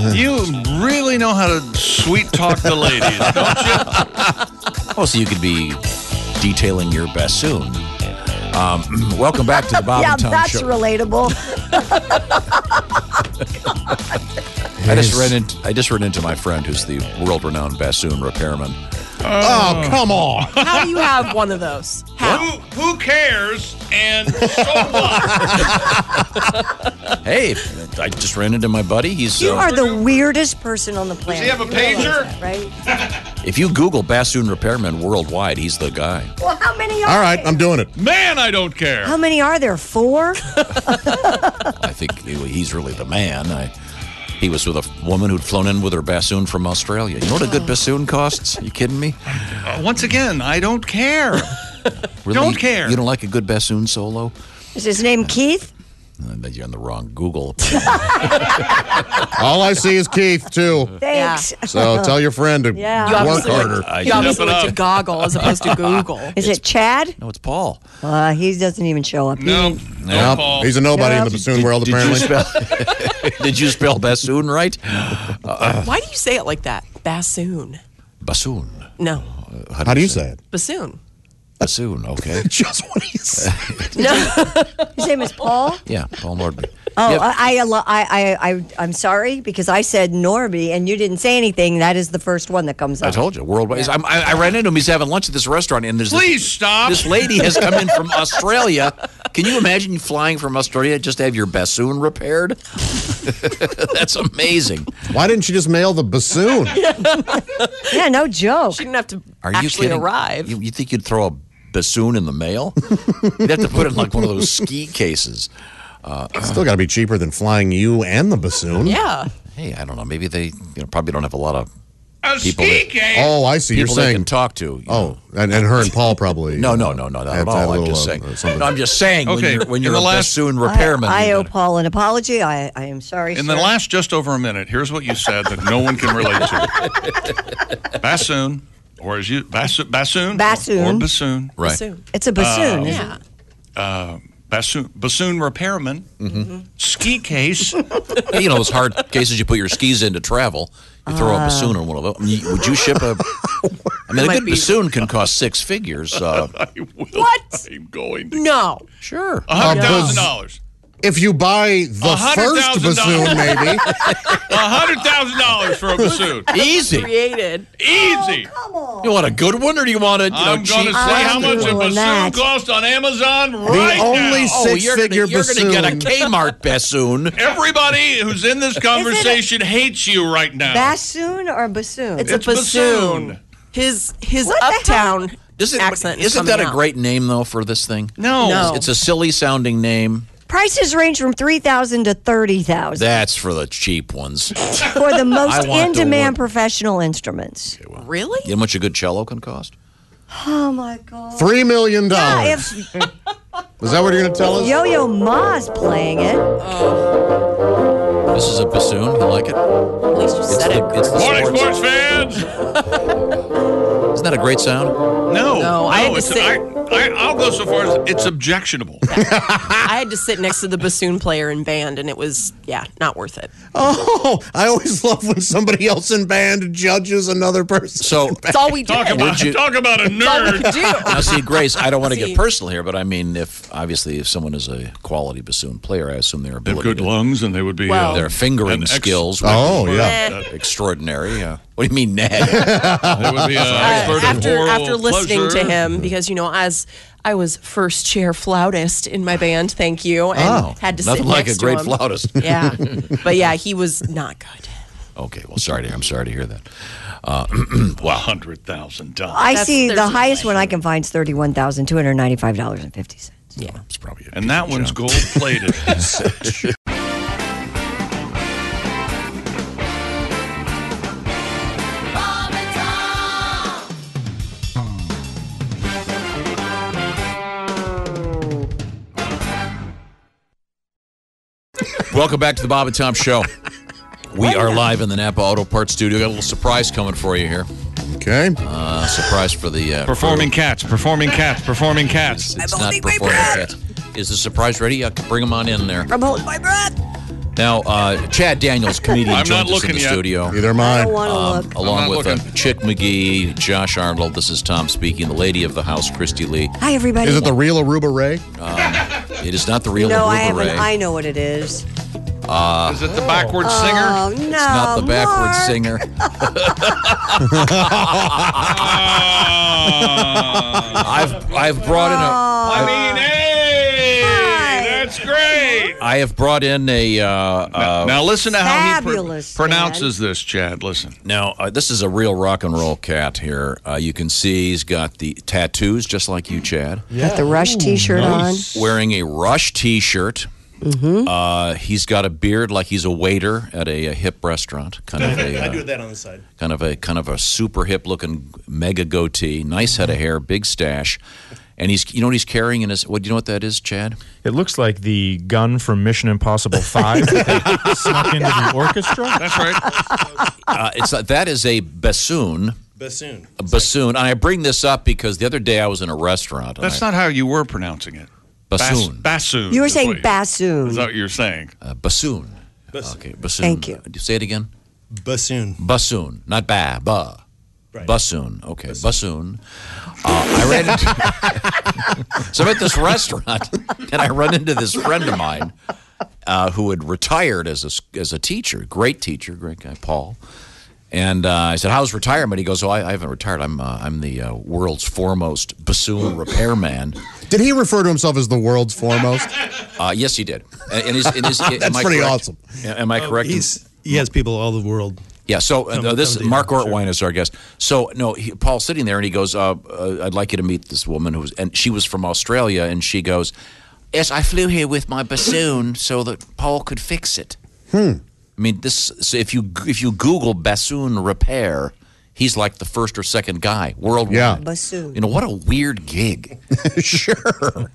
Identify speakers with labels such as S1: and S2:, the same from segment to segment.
S1: You really know how to sweet talk the ladies, don't you?
S2: Oh, so you could be detailing your bassoon. Um, welcome back to the Bob
S3: yeah,
S2: and Tom
S3: that's
S2: Show.
S3: relatable.
S2: I just ran into I just ran into my friend who's the world-renowned bassoon repairman.
S4: Oh, come on.
S5: How do you have one of those? How?
S1: Who, who cares? And so what?
S2: Hey, I just ran into my buddy. He's
S3: You
S2: uh,
S3: are the weirdest person on the planet.
S1: have a
S3: You realize
S1: pager?
S3: that, right?
S2: if you Google bassoon repairman worldwide, he's the guy.
S3: Well, how many are
S4: All right,
S3: there?
S4: I'm doing it.
S1: Man, I don't care.
S3: How many are there? Four?
S2: I think he- he's really the man. I, he was with a woman who'd flown in with her bassoon from Australia. You know what a good bassoon costs? you kidding me?
S1: Uh, Once again, I don't care.
S2: Really?
S1: Don't care.
S2: You don't like a good bassoon solo?
S3: Is his name Keith?
S2: Uh, then You're on the wrong Google.
S4: All I see is Keith, too.
S3: Thanks.
S4: So tell your friend to
S3: Yeah.
S5: You
S4: work
S5: obviously
S4: harder.
S2: I
S5: went, you obviously went to Goggle as opposed to Google.
S3: Is it Chad?
S2: no, it's Paul.
S3: Uh, he doesn't even show up.
S1: No,
S4: Yep,
S1: no, Paul.
S4: He's a nobody in the
S3: Did-
S4: bassoon world, apparently.
S2: Did you spell, did you spell bassoon right?
S5: Why do you say it like that? Bassoon.
S2: Bassoon.
S5: No,
S4: How do you say it?
S5: bassoon.
S2: Bassoon, okay.
S4: Just what he said.
S3: His name is Paul.
S2: Yeah, Paul Nordby.
S3: Oh,
S2: Yep.
S3: I, I, I, I, I, I'm sorry because I said Norby and you didn't say anything. That is the first one that comes up.
S2: I told you, worldwide. I'm- I, I ran into him. He's having lunch at this restaurant, and there's this-
S1: Please stop.
S2: This lady has come in from Australia. Can you imagine flying from Australia just to have your bassoon repaired? That's amazing.
S4: Why didn't you just mail the bassoon?
S3: Yeah, no joke.
S5: She didn't have to
S2: Are you
S5: actually
S2: kidding?
S5: arrive.
S2: You, you think you'd throw a bassoon in the mail? You'd have to put it in like one of those ski cases.
S4: Still got to be cheaper than flying you and the bassoon.
S5: yeah.
S2: Hey, I don't know. Maybe they you know, probably don't have a lot of
S1: a
S2: people
S1: ski
S2: that-
S1: game.
S4: Oh, I see. You're
S2: people they can
S4: saying.
S2: talk to. you know.
S4: Oh, and, and her and Paul probably.
S2: No, no, no, no, not
S4: Had-
S2: at
S4: had a
S2: all. I'm
S4: little,
S2: just
S4: uh,
S2: saying.
S4: something.
S2: No, I'm just saying.
S1: Okay,
S2: when you're, when
S1: in
S2: you're a
S1: the last-
S2: bassoon
S3: I,
S2: repairman,
S3: I
S2: you
S3: owe
S2: better-
S3: Paul an apology. I, I am sorry.
S1: In the
S3: sir.
S1: last just over a minute, here's what you said that no one can relate to. Bassoon, or as you bassoon, bassoon,
S3: Bassoon.
S1: or bassoon,
S2: right.
S5: Bassoon.
S3: it's a bassoon.
S2: Oh.
S3: isn't
S5: Yeah.
S1: bassoon, bassoon repairman, ski case.
S2: Yeah, you know those hard cases you put your skis in to travel. You throw a bassoon on one of them. I mean, Would you ship a? I mean, a
S5: Might
S2: good
S5: be-
S2: bassoon can cost six figures. Uh,
S1: I will.
S5: What?
S1: I'm going to.
S5: No.
S2: sure.
S1: A hundred thousand dollars.
S4: If you buy
S1: $100,000.
S4: the first bassoon, maybe.
S1: A hundred thousand dollars for a bassoon.
S2: Easy.
S5: Created.
S1: Easy.
S2: You want a good one, or do you want a you know
S1: I'm going to
S2: cheap?
S1: see how
S3: I'm
S1: much a
S3: doing
S1: bassoon
S3: that.
S1: costs on Amazon right
S4: only
S1: now.
S4: s-
S2: Oh, you're gonna,
S4: Six-figure
S2: you're gonna get a Kmart bassoon.
S1: Everybody who's in this conversation hates you right now.
S3: Bassoon or bassoon?
S5: It's,
S1: It's
S5: a bassoon.
S1: bassoon.
S5: His his
S3: What the hell?
S5: uptown
S2: Isn't,
S5: accent. is
S2: isn't
S5: coming
S2: that a
S5: out.
S2: great name though for this thing?
S1: no.
S5: No.
S2: It's a silly sounding name.
S3: Prices range from three thousand to thirty thousand
S2: That's for the cheap ones. You
S3: for the
S2: I
S3: most
S2: want the
S3: in-demand
S2: wood.
S3: professional instruments.
S5: Really?
S2: know how much a good cello can cost?
S3: Oh my God!
S4: Three million
S3: Yeah,
S4: dollars.
S3: if
S4: Is that what you're going to tell us?
S3: Yo-Yo Ma's playing it,
S2: This is a bassoon. You like it?
S5: At least you
S2: It's
S5: said
S2: the-
S5: it.
S2: it's the
S1: Morning,
S2: sports-
S1: sports fans.
S2: Isn't that a great sound?
S1: No,
S5: No, I had to
S1: it's,
S5: say-
S1: I, I, I'll go so far as it's objectionable.
S5: I had to sit next to the bassoon player in band, and it was yeah, not worth it.
S4: Oh, I always love when somebody else in band judges another person.
S2: So
S5: It's all we did.
S1: Talk about
S2: you-
S1: talk about a
S5: All we
S1: nerd.
S5: do.
S2: Now, see, Grace, I don't want to
S5: See.
S2: get personal here, but I mean, if obviously if someone is a quality bassoon player, I assume their
S1: They have
S2: ability,
S1: good
S2: to-
S1: lungs, and they would be uh,
S5: Well-
S2: their fingering
S1: An ex-
S2: skills, would
S4: Oh,
S2: be
S4: yeah.
S5: Eh.
S2: extraordinary. Uh, what do you mean, nah?
S1: they would be uh, expert
S5: Uh,
S1: in
S5: after
S1: oral
S5: after listening
S1: pleasure.
S5: to him, because you know, as I was first chair flautist in my band, thank you, and
S2: Oh,
S5: had to
S2: nothing
S5: sit
S2: like
S5: next
S2: a great
S5: to him.
S2: flautist.
S5: Yeah, but yeah, he was not good.
S2: okay, well, sorry, to, I'm sorry to hear that.
S1: Wow, hundred thousand dollars,
S3: I
S5: That's-
S3: see the
S5: there's no
S3: highest one I can find is thirty-one thousand two hundred ninety-five dollars and fifty cents.
S2: Yeah, it's probably. A
S1: and that one's gold plated.
S2: Welcome back to the Bob and Tom Show. We are live in the Napa Auto Parts Studio. Got a little surprise coming for you here.
S4: Okay.
S2: Uh, surprise for the uh,
S1: performing cats, performing cats, performing cats.
S2: It's not performing. yet. Is the surprise ready? Uh, bring them on in there.
S3: I'm holding my breath.
S2: Now, uh, Chad Daniels, comedian,
S1: I'm not
S2: joins us in
S1: looking
S2: the
S1: yet.
S2: studio.
S4: Neither am
S3: I
S4: I.
S3: don't want to look.
S2: along
S1: not
S2: with uh,
S1: looking.
S2: Chick McGee, Josh Arnold. This is Tom speaking. The lady of the house, Christy Lee.
S3: Hi, everybody.
S4: Is it the real Aruba Ray?
S2: It is not the real
S3: no, I
S2: Aruba
S3: haven't.
S2: Ray.
S3: I know what it is.
S1: Is it the backward singer?
S3: Oh no!
S2: It's not the backwards
S3: Mark.
S2: singer.
S3: Oh.
S1: Ah,
S2: I've I've brought in a
S1: I mean, hey,
S3: Hi.
S1: that's great.
S2: I have brought in a uh, uh,
S1: now listen to how he pr-
S3: Fabulous,
S1: pronounces this, Chad. Listen.
S2: now uh, this is a real rock and roll cat here. Uh, you can see he's got the tattoos just like you, Chad.
S3: Got the Rush T-shirt
S2: Wearing a Rush T-shirt.
S3: Mm-hmm.
S2: Uh, he's got a beard like he's a waiter at a, uh hip restaurant, kind of a
S6: I
S2: uh,
S6: do that on the side.
S2: kind of a kind of a super hip looking mega goatee, nice head of hair, big stash, and he's you know what he's carrying in his what do you know what that is, Chad?
S7: It looks like the gun from Mission Impossible 5 that they snuck into the orchestra.
S1: That's right.
S2: Uh, it's a- that is a bassoon.
S6: Bassoon.
S2: A bassoon, and I bring this up because the other day I was in a restaurant. And
S1: That's
S2: I,
S1: not how you were pronouncing it. Bas-
S2: bassoon.
S1: bassoon.
S3: on. You were
S1: is what
S3: saying
S1: Is
S3: bassoon.
S1: that what you're saying?
S2: uh, bassoon.
S6: Bassoon.
S2: Okay, bassoon.
S3: Thank you.
S2: Do you say it again?
S6: Bassoon.
S2: Bassoon, not ba, ba.
S6: Right.
S2: Bassoon. Okay, bassoon. Uh, I ran into. so I'm at this restaurant, and I run into this friend of mine uh, who had retired as a s- as a teacher, great teacher, great guy, Paul. And uh, I said, "How's retirement?" He goes, "Oh, I, I haven't retired. I'm uh, I'm the uh, world's foremost bassoon repairman."
S4: Did he refer to himself as the world's foremost?
S2: Uh, yes, he did. And, and is, and is, am I
S4: pretty
S2: correct?
S4: awesome.
S2: Am I correct? in-
S6: He's he has people all over the world.
S2: Yeah. So uh,
S6: Come-
S2: no, this
S6: come to you,
S2: Mark
S6: sure.
S2: Ortwein is our guest. So no, he, Paul's sitting there and he goes, uh, uh, "I'd like you to meet this woman who's and she was from Australia and she goes, yes, I flew here with my bassoon so that Paul could fix it." Hmm. I mean, this so if you if you Google bassoon repair, he's like the first or second guy worldwide.
S4: Yeah.
S3: Bassoon.
S2: You know what a weird gig.
S4: sure.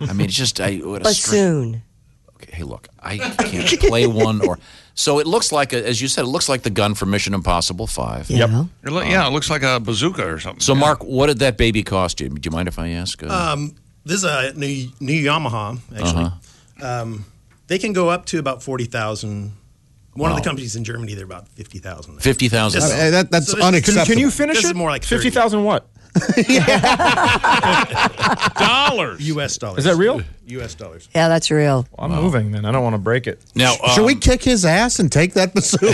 S2: I mean, it's just I what a strange-
S3: Bassoon.
S2: hey, look, I can't play one or. So it looks like, a, as you said, it looks like the gun from Mission Impossible Five.
S3: Yep.
S1: It lo- yeah, it looks like a bazooka or something.
S2: So, Mark, what did that baby cost you? Do you mind if I ask? Uh,
S6: Um, This is a new new Yamaha actually. Um,
S2: Uh-huh.
S6: they can go up to about forty thousand. One of the companies in Germany, they're about fifty thousand.
S2: Fifty thousand.
S6: Yes.
S4: Hey, Eh, that, that's
S6: So this-
S7: Can,
S4: unacceptable.
S7: can you finish
S6: This
S7: it?
S6: is more like 30.
S7: 50,000 what?
S1: dollars.
S6: U.S. dollars.
S7: Is that real?
S6: U.S. dollars.
S3: Yeah, that's real.
S7: I'm moving then. I don't want to break it.
S2: Now, um,
S4: Should we kick his ass and take that bassoon?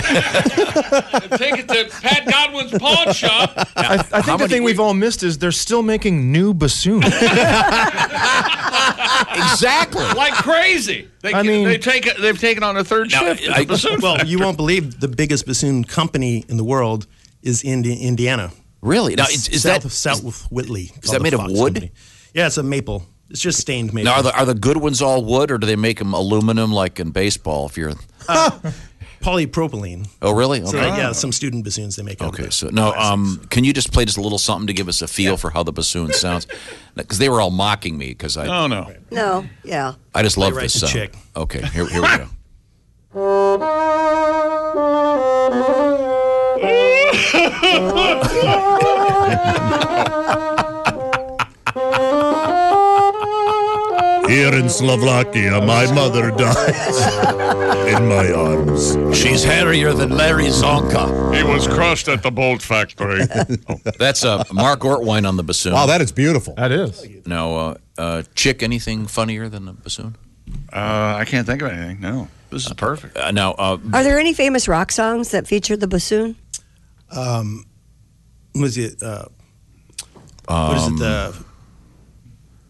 S1: Take it to Pat Godwin's pawn shop.
S7: I, I think the
S2: many-
S7: thing we've all missed is they're still making new bassoons.
S2: exactly.
S1: like crazy. They,
S7: I mean-
S1: they take it- they've taken on a third shift. It's a
S2: I-
S1: bazooka.
S6: Well, you won't believe the biggest bassoon company in the world is in Indiana.
S2: Really? Now, is, is
S6: south,
S2: that
S6: south of Whitley? Is
S2: that made of wood?
S6: Yeah, it's a maple. It's just stained maple.
S2: now are the are the good ones all wood, or do they make them aluminum like in baseball? If you're
S6: polypropylene.
S2: oh really
S6: So like, yeah, some student bassoons they make. out of
S2: Okay,
S6: it.
S2: so no, um, can you just play just a little something to give us a feel for how the bassoon sounds? Because they were all mocking me because I
S1: oh no.
S3: No. Yeah.
S2: I just love
S6: right
S2: this
S6: to
S2: sound.
S6: chick.
S2: Okay, here, here we go.
S4: Here in Slovakia, my mother dies in my arms.
S2: She's hairier than Larry Zonka.
S1: He was crushed at the bolt factory.
S2: That's uh, Mark Ortwine on the bassoon.
S4: Wow, that is beautiful.
S7: that is.
S2: Now, uh, uh, Chick, anything funnier than a bassoon?
S1: uh, I can't think of anything. No, this is perfect.
S2: Uh, now, uh,
S3: Are there any famous rock songs that feature the bassoon?
S6: was it? Uh, what is it? uh,
S2: Um,
S6: The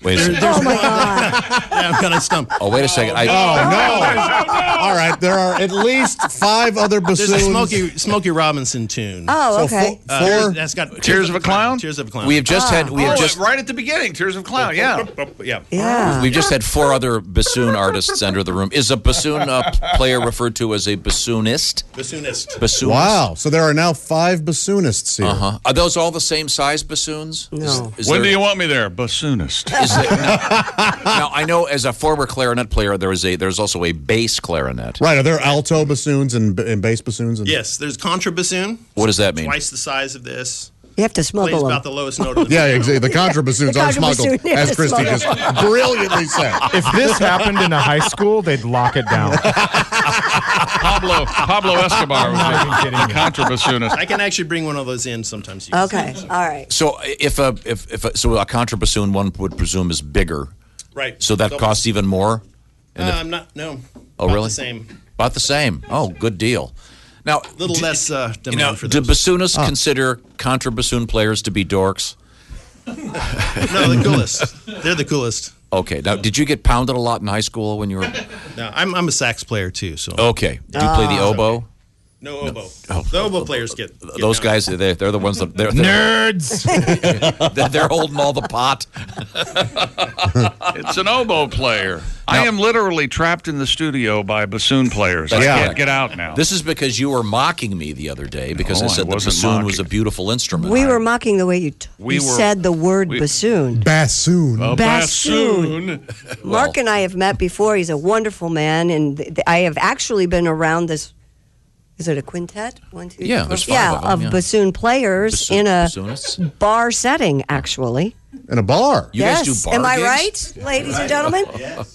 S2: wait a second.
S3: Oh my God!
S6: yeah, I'm kind of stumped.
S2: Oh, wait a second. I,
S4: Oh, no. All right, there are at least five other bassoons.
S6: There's a Smokey Smokey Robinson tune.
S3: Oh,
S4: So
S3: okay.
S4: fo-
S6: Uh,
S4: four-
S6: Tears- that's got
S1: Tears of a Clown?
S6: Tears of a Clown.
S2: We have just had we
S1: Oh,
S2: have just
S1: right at the beginning, Tears of Clown. Yeah.
S6: Oh, yeah.
S3: yeah.
S2: we've just had four other bassoon artists enter the room. Is a bassoon uh, player referred to as a bassoonist?
S6: Bassoonist.
S2: Bassoonist.
S4: wow, so there are now five bassoonists here.
S2: Uh-huh. Are those all the same size bassoons?
S3: No.
S2: Is, is
S1: When do
S2: there-
S1: you want me there, bassoonist?
S2: is there- no. now I know as a former clarinet player, there is a there's also a bass clarinet.
S4: Right, are there alto bassoons and, and bass bassoons? And,
S6: Yes, there's contra bassoon.
S2: What does that mean?
S6: Twice the size of this.
S3: You have to
S6: Plays
S3: smuggle
S6: about
S3: them.
S6: the lowest note. Of the
S4: Yeah,
S6: piano.
S4: exactly. The contra bassoons are
S3: contra
S4: smuggled,
S3: bassoon, yeah,
S4: as Christy just brilliantly said.
S7: If this happened in a high school, they'd lock it down.
S1: Pablo Pablo Escobar was
S7: not even
S1: a
S7: kidding you.
S1: contrabassoonist.
S6: I can actually bring one of those in sometimes. Use.
S3: Okay. All right.
S2: So if a if if a, so a contrabassoon one would presume is bigger,
S6: Right.
S2: so that
S6: Double.
S2: costs even more.
S6: Uh, I'm not. No.
S2: Oh,
S6: About
S2: really?
S6: The same.
S2: About the same. Oh, good deal. Now,
S6: Little
S2: d-
S6: less uh, demand
S2: You know,
S6: for
S2: do
S6: those.
S2: bassoonists
S1: Ah.
S2: consider contrabassoon players to be dorks?
S6: no, the coolest. They're the coolest.
S2: Okay. Now, did you get pounded a lot in high school when you were?
S6: No, I'm I'm a sax player too. So
S2: Okay. Did you play the oboe?
S6: no oboe. The oboe players get, Ah. get
S2: Oh. Those
S6: down.
S2: guys, they're, they're the ones that they're, they're,
S7: Nerds.
S2: they're holding all the pot.
S1: It's an oboe player. I am literally trapped in the studio by bassoon players. I
S2: Yeah.
S1: can't get out now.
S2: This is because you were mocking me the other day because
S1: No,
S2: I
S1: I
S2: said the
S1: wasn't
S2: bassoon was a
S1: mocking.
S2: beautiful instrument.
S3: We were mocking the way you, t-
S1: We
S3: you
S1: were-
S3: said the word bassoon.
S4: Bassoon.
S1: a bassoon.
S3: Mark and I have met before. He's a wonderful man, and th- th- I have actually been around this. Is it a quintet? One, two,
S2: Yeah,
S3: four-
S2: there's five
S3: yeah,
S2: of 'em, yeah.
S3: bassoon players
S2: Bassoon-
S3: in a
S2: bassoonists.
S3: bar setting. Actually,
S4: In a bar.
S2: You
S3: yes.
S2: guys do bar
S3: Am I
S2: gigs?
S3: right, ladies and gentlemen?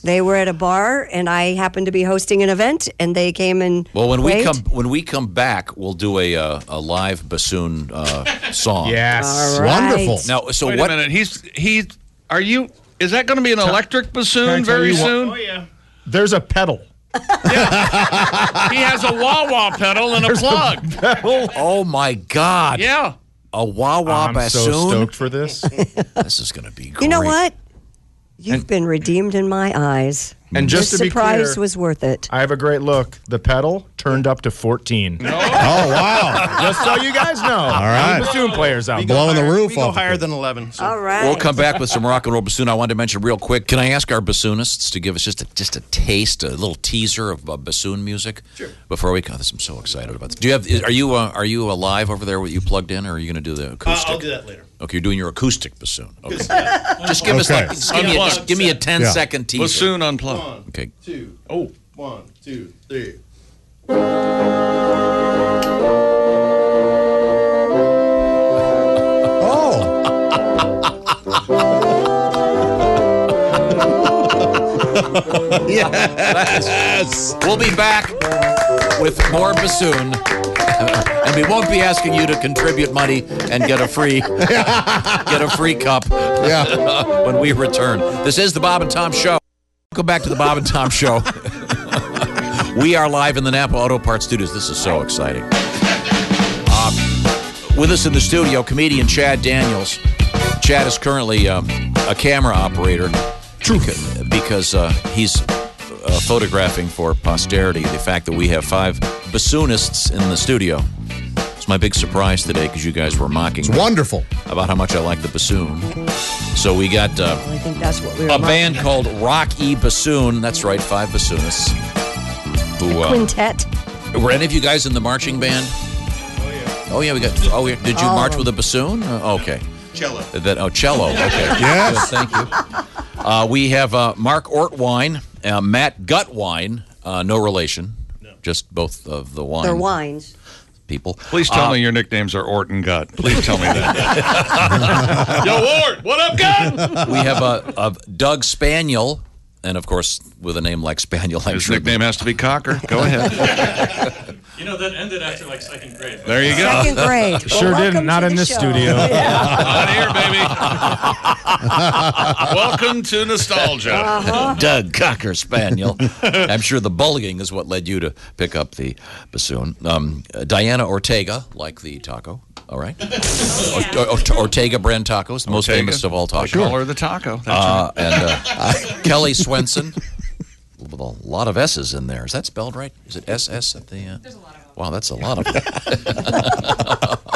S3: They were at a bar, and I happened to be hosting an event, and they came and
S2: Well, when we
S3: played.
S2: come when we come back, we'll do a uh, a live bassoon uh, song.
S7: yes.
S3: All right.
S4: Wonderful.
S2: Now, so
S1: Wait
S2: what?
S1: a minute. He's he. Are you? Is that going to be an electric
S7: can
S1: bassoon
S7: I tell
S1: very
S7: you what-
S1: soon?
S6: Oh yeah.
S7: There's a pedal.
S1: He has a wah wah pedal and a plug.
S2: Oh my God!
S1: yeah.
S2: A wah wah
S7: I'm
S2: bassoon.
S7: so stoked for this.
S2: This is going to be great.
S3: You know what? You've been redeemed in my eyes.
S7: And just
S3: Your
S7: to be
S3: surprise
S7: clear,
S3: was worth it.
S7: I have a great look. The pedal turned up to 14.
S4: oh, wow.
S7: Just so you guys know. All
S4: right.
S7: Bassoon players out. there.
S4: Blowing the
S6: Higher-
S4: roof
S6: we go
S4: off.
S6: higher than 11. So.
S3: All right.
S2: We'll come back with some rock and roll bassoon. I wanted to mention real quick. Can I ask our bassoonists to give us just a just a taste, a little teaser of uh, bassoon music sure. before we? God, this, I'm so excited about this. Do you have? Are you uh, are you alive over there? What you plugged in, or are you going to do the
S6: Uh,
S2: acoustic?
S6: I'll do that later.
S2: Okay, you're doing your acoustic bassoon. Okay. just give us
S4: Okay.
S2: like just give, me a, just give me a 10
S4: Yeah.
S2: second teaser.
S1: Bassoon unplugged.
S6: One,
S2: Okay.
S6: two, oh, one, two, three.
S4: Oh. yeah.
S2: We'll be back with more bassoon. and we won't be asking you to contribute money and get a free get a free cup
S4: Yeah.
S2: when we return. This is the Bob and Tom Show. Welcome back to the Bob and Tom Show. we are live in the Napa Auto Parts Studios. This is so exciting. Um, with us in the studio, comedian Chad Daniels. Chad is currently um, a camera operator. True. Because, uh, he's uh, photographing for posterity the fact that we have five bassoonists in the studio. It's my big surprise today because you guys were mocking me
S4: Wonderful.
S2: about how much I like the bassoon. So we got uh,
S3: I think that's what we
S2: a
S3: were mocking.
S2: band called Rock E Bassoon. That's right, five bassoonists. Who uh,
S3: quintet.
S2: were any of you guys in the marching band? Oh yeah, we got. Oh, yeah, did you
S3: All
S2: march
S3: of
S2: with a bassoon? Uh, okay,
S6: Cello.
S2: that oh cello. Okay,
S4: Yes.
S2: Good, thank you. Uh, we have uh, Mark Ortwine, uh, Matt Gutwine, uh, no relation, just both of the wine
S3: Their wines.
S2: people.
S1: Please tell me your nicknames are Ort and Gut. Please tell me that. Yo, Ort, what up, Gut?
S2: We have a, a Doug Spaniel, and of course with a name like Spaniel, I'm
S1: His
S2: sure
S1: nickname has to be Cocker. Go ahead.
S8: You know, that ended after like second grade.
S1: There you go.
S3: Second grade. Well,
S7: Sure
S3: welcome
S7: didn't. Not
S3: to
S7: in
S3: the
S7: this
S3: show.
S7: studio.
S1: On here, baby. Welcome to nostalgia.
S2: Uh, Doug Cocker Spaniel. I'm sure the bullying is what led you to pick up the bassoon. Um, uh, Diana Ortega, like the taco. All right. Or- or- or- Ortega brand tacos, the most
S1: Ortega.
S2: famous of all
S1: They
S2: tacos.
S1: Call her the taco. That's right.
S2: Uh, and uh, Kelly Swenson, with a lot of S's in there. Is that spelled right? Is it SS at the. Uh... There's a lot of Wow, that's a lot of them.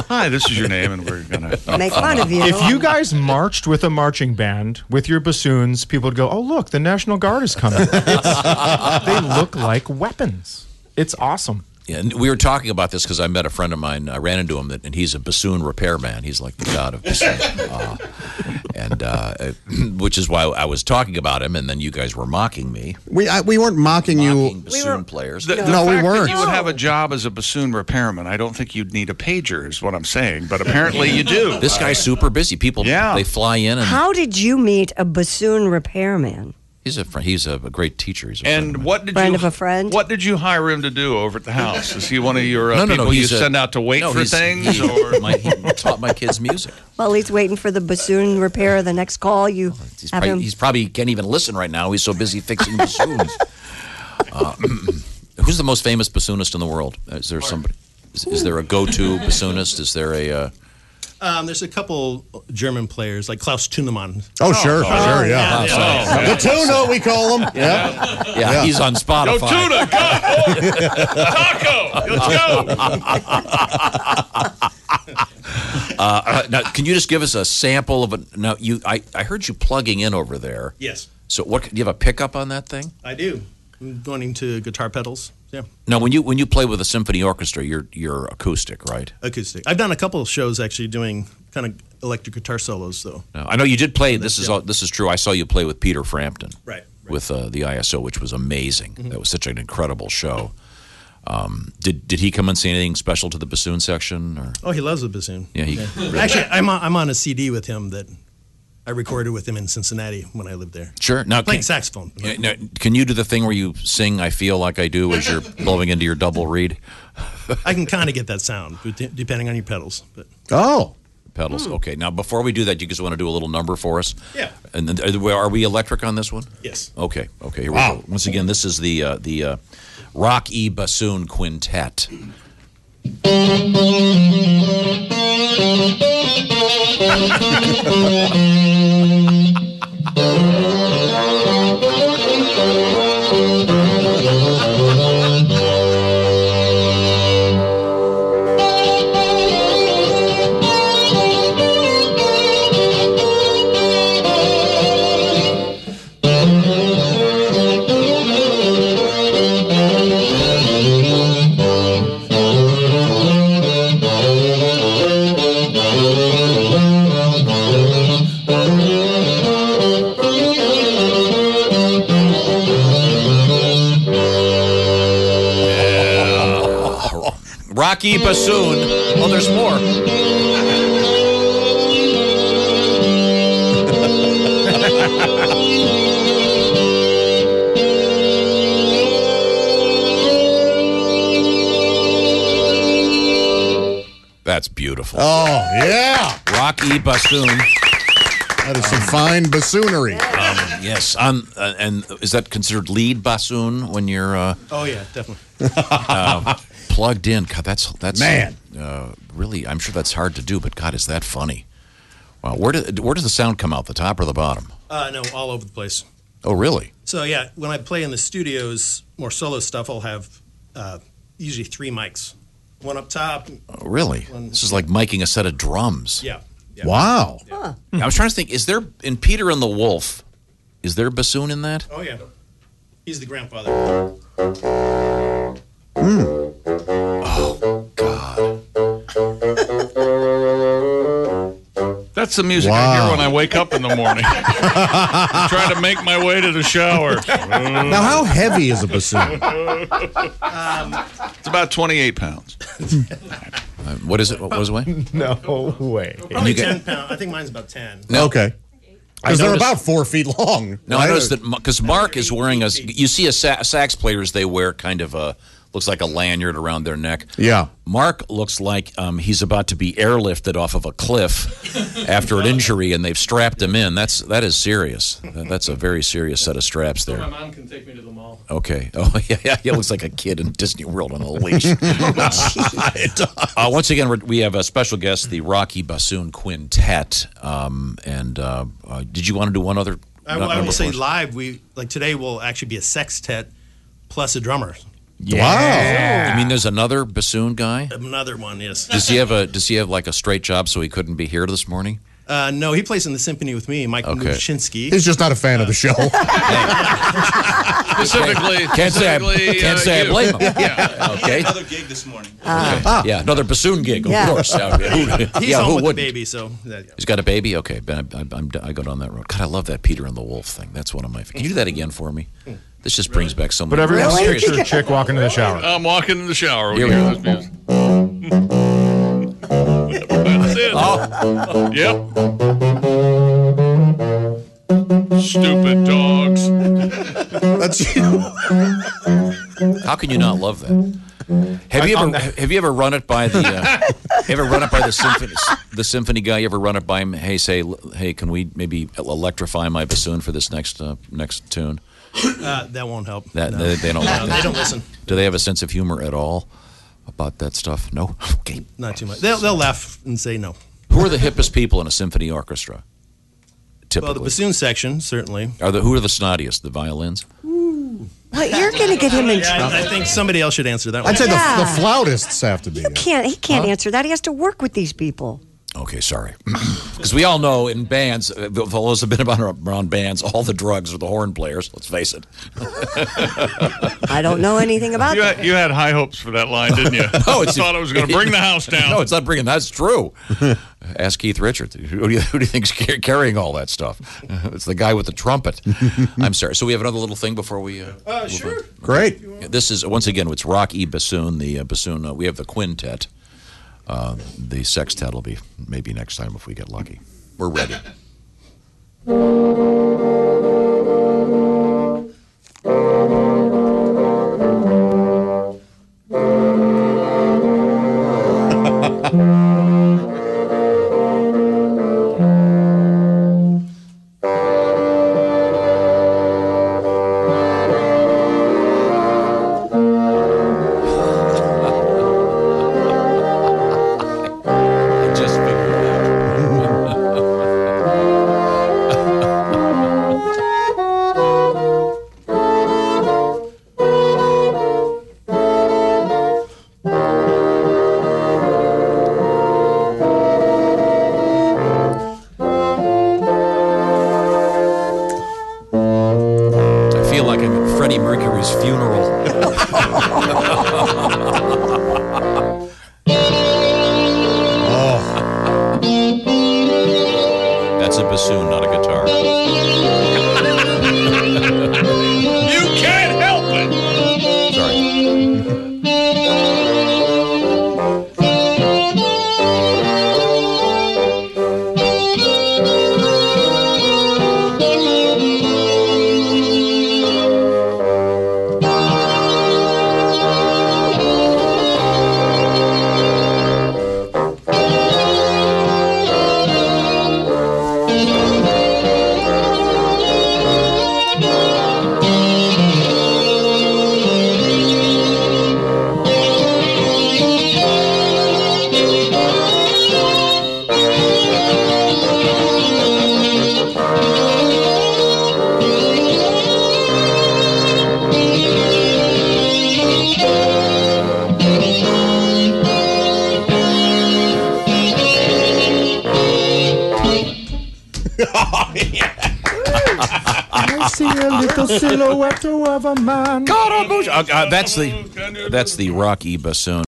S1: Hi, this is your name, and we're gonna.
S3: Make fun of you.
S7: If you guys marched with a marching band with your bassoons, people would go, "Oh, look, the National Guard is coming." It's- they look like weapons. It's awesome.
S2: Yeah, and we were talking about this because I met a friend of mine. I ran into him, that, and he's a bassoon repairman. He's like the god of bassoon, uh, and uh, which is why I was talking about him. And then you guys were mocking me,
S4: We I, we weren't mocking,
S2: mocking
S4: you.
S2: bassoon players.
S1: The, the
S4: No, we
S1: fact that
S4: weren't.
S1: you would have a job as a bassoon repairman. I don't think you'd need a pager, is what I'm saying. But apparently, you do.
S2: this guy's super busy. People,
S1: Yeah.
S2: they fly in, and
S3: How did you meet a bassoon repairman?
S2: He's a friend. He's a, a great teacher. He's a friend of
S1: And
S2: mine.
S1: what did
S3: Friend
S1: you
S3: of a friend?
S1: What did you hire him to do over at the house? Is he one of your uh,
S2: No, no,
S1: people
S2: no.
S1: you
S2: he's a-
S1: send out to wait
S2: no,
S1: for
S2: he's-
S1: things?
S2: he-
S1: or
S2: my, he taught my kids music.
S3: While he's waiting for the bassoon repair, the next call you
S7: Oh,
S2: He's
S3: have
S2: probably,
S3: him.
S2: he's probably can't even listen right now. He's so busy fixing bassoons. uh, who's the most famous bassoonist in the world? Uh, Is there somebody? Is, is there a go-to bassoonist? Is there a? Uh,
S6: Um, there's a couple German players like Klaus Tunemann.
S4: Oh, sure, sure, yeah.
S2: I'm sorry.
S1: Oh,
S4: The tuna, we call him. Yeah.
S2: yeah, he's on
S1: Go
S2: Spotify.
S1: tuna, go taco, let's go.
S2: Uh, now, can you just give us a sample of a? Now, you, I, I heard you plugging in over there.
S6: Yes,
S2: So, what? Do you have a pickup on that thing?
S6: I do. I'm going into guitar pedals. Yeah,
S2: Now, when you when you play with a symphony orchestra, you're you're acoustic, right?
S6: acoustic. I've done a couple of shows actually doing kind of electric guitar solos though.
S2: No, I know you did play. This is all, this is true. I saw you play with Peter Frampton,
S6: Right, right. Mm-hmm.
S2: With uh, the ISO, which was amazing. That was such an incredible show. Um, did did he come and say anything special to the bassoon section? Or
S6: Oh, he loves the bassoon.
S2: yeah, he
S6: Actually, I'm on, I'm on a CD with him that I recorded with him in Cincinnati when I lived there.
S2: sure. Now
S6: Playing
S2: can,
S6: saxophone.
S2: yeah, now, can you do the thing where you sing "I feel like I do" as you're blowing into your double reed
S6: I can kind of get that sound but de- depending on your pedals. But
S4: Oh.
S2: pedals? Okay. Now before we do that, you just want to do a little number for us.
S6: Hmm. Yeah.
S2: And then, are we- are we electric on this one?
S6: yes.
S2: Okay. Okay. Here we go. Once again, this is the uh, the uh, Rock E Bassoon Quintet. Rocky Bassoon. Oh, there's more. That's beautiful.
S4: Oh, yeah.
S2: Rocky Bassoon.
S4: That is some fine bassoonery.
S2: Yes, um, uh, and is that considered lead bassoon when you're uh,
S6: Oh yeah, definitely.
S2: plugged in? God, that's that's
S4: Man.
S2: Uh, really, I'm sure that's hard to do, but God, is that funny? Wow, where do, where does the sound come out? The top or the bottom?
S6: Uh, no, all over the place.
S2: Oh, really?
S6: So yeah, when I play in the studios, more solo stuff, I'll have uh, usually three mics, one up top.
S2: Oh, really? This is like miking a set of drums.
S6: Yeah, yeah.
S4: Wow.
S2: I was trying to think. Is there in Peter and the Wolf? Is there bassoon in that?
S6: Oh yeah, he's the grandfather.
S1: That's the music I hear when I wake up in the morning. trying to make my way to the shower. It's
S4: Now, how heavy is a bassoon?
S1: about 28 pounds.
S2: Uh, What is it? What was it? weigh?
S7: No way.
S6: Probably
S2: You get-
S6: ten pound. I think mine's about ten.
S4: okay. Because they're
S2: noticed-
S4: about four feet long.
S2: No, I
S4: right?
S2: noticed that because Mark is wearing a. You see a sa- sax players, they wear kind of a looks like a lanyard around their neck.
S4: Yeah.
S2: Mark looks like um, he's about to be airlifted off of a cliff after an injury, and they've strapped him in. That's that is serious. That- That's a very serious set of straps
S8: My
S2: there.
S8: mom can take me to the mall.
S2: Okay. Oh yeah, yeah. He looks like a kid in Disney World on a leash. uh, once again, we're- we have a special guest, the Rocky Bassoon Quintet. Um, and uh, uh, did you want to do one other?
S6: I, I will say live. We like today will actually be a sextet plus a drummer.
S2: I mean, there's another bassoon guy.
S6: Another one, yes.
S2: Does he have a Does he have like a straight job so he couldn't be here this morning?
S6: Uh, no, he plays in the symphony with me, Mike
S2: Okay.
S6: Muchinsky.
S4: He's just not a fan of the show.
S1: Specifically,
S2: Can't say I,
S1: specifically,
S2: can't
S1: uh,
S2: say I
S1: you.
S2: blame him.
S1: Yeah.
S2: Okay.
S9: Another gig this morning.
S2: Yeah, another bassoon gig, of
S3: Yeah.
S2: course. Yeah, who,
S6: He's
S2: yeah,
S6: home
S2: who
S6: with
S2: wouldn't?
S6: the baby, so that, yeah.
S2: He's got a baby. Okay, Ben, I, I, I'm, I go down that road. God, I love that Peter and the Wolf thing. That's one of my. Can you do that again for me? This just brings back so many.
S7: But everyone
S3: Really?
S7: really? your chick walking to the shower.
S1: I'm walking in the shower. We
S2: Here we
S1: hear this
S2: go.
S1: music. That's it.
S2: Oh.
S1: Yep. Stupid dogs.
S6: Did you?
S2: How can you not love that? Have you
S7: I'm
S2: ever
S7: not-
S2: have you ever run it by the uh, ever run it by the symphony the symphony guy? You ever run it by him? Hey, say l- hey, can we maybe electrify my bassoon for this next uh, next tune?
S6: Uh, that won't help.
S2: That
S6: No.
S2: they, they don't.
S6: No,
S2: like that.
S6: they don't listen.
S2: Do they have a sense of humor at all about that stuff? No. Okay.
S6: Not too much. They'll, they'll laugh and say no.
S2: Who are the hippest people in a symphony orchestra?
S6: Well, the
S2: Typically,
S6: bassoon section certainly.
S2: are the who are the snottiest? The violins.
S3: Well, you're going to get him in
S6: Yeah,
S3: trouble.
S6: I, I think somebody else should answer that one.
S4: I'd say
S3: Yeah.
S4: the, the flautists have to be. in.
S3: Can't he can't answer that? He has to work with these people.
S2: Okay, sorry. Because we all know in bands, uh, th- those have been about around bands. All the drugs are the horn players. Let's face it.
S3: I don't know anything about
S1: You
S3: that.
S1: had, you had high hopes for that line, didn't you?
S2: No,
S1: I
S2: it's-
S1: thought it was going to bring the house down.
S2: No, it's not bringing. That's true. Ask Keith Richards. Who do you, who do you think's car- carrying all that stuff? It's the guy with the trumpet. I'm sorry. So we have another little thing before we. Uh, move
S6: sure.
S2: on?
S4: Great.
S2: Yeah, This is once again it's Rocky bassoon. The uh, bassoon. Uh, we have the quintet. Uh, the sextet will be maybe next time if we get lucky. We're ready. I just figured it out. I feel like I'm at Freddie Mercury's funeral.
S4: Oh,
S2: That's a bassoon, not a guitar.
S1: You can't help it.
S2: Sorry.
S7: I see a little silhouette of a man.
S2: God, I'm- uh, uh, that's the that's the Rocky bassoon.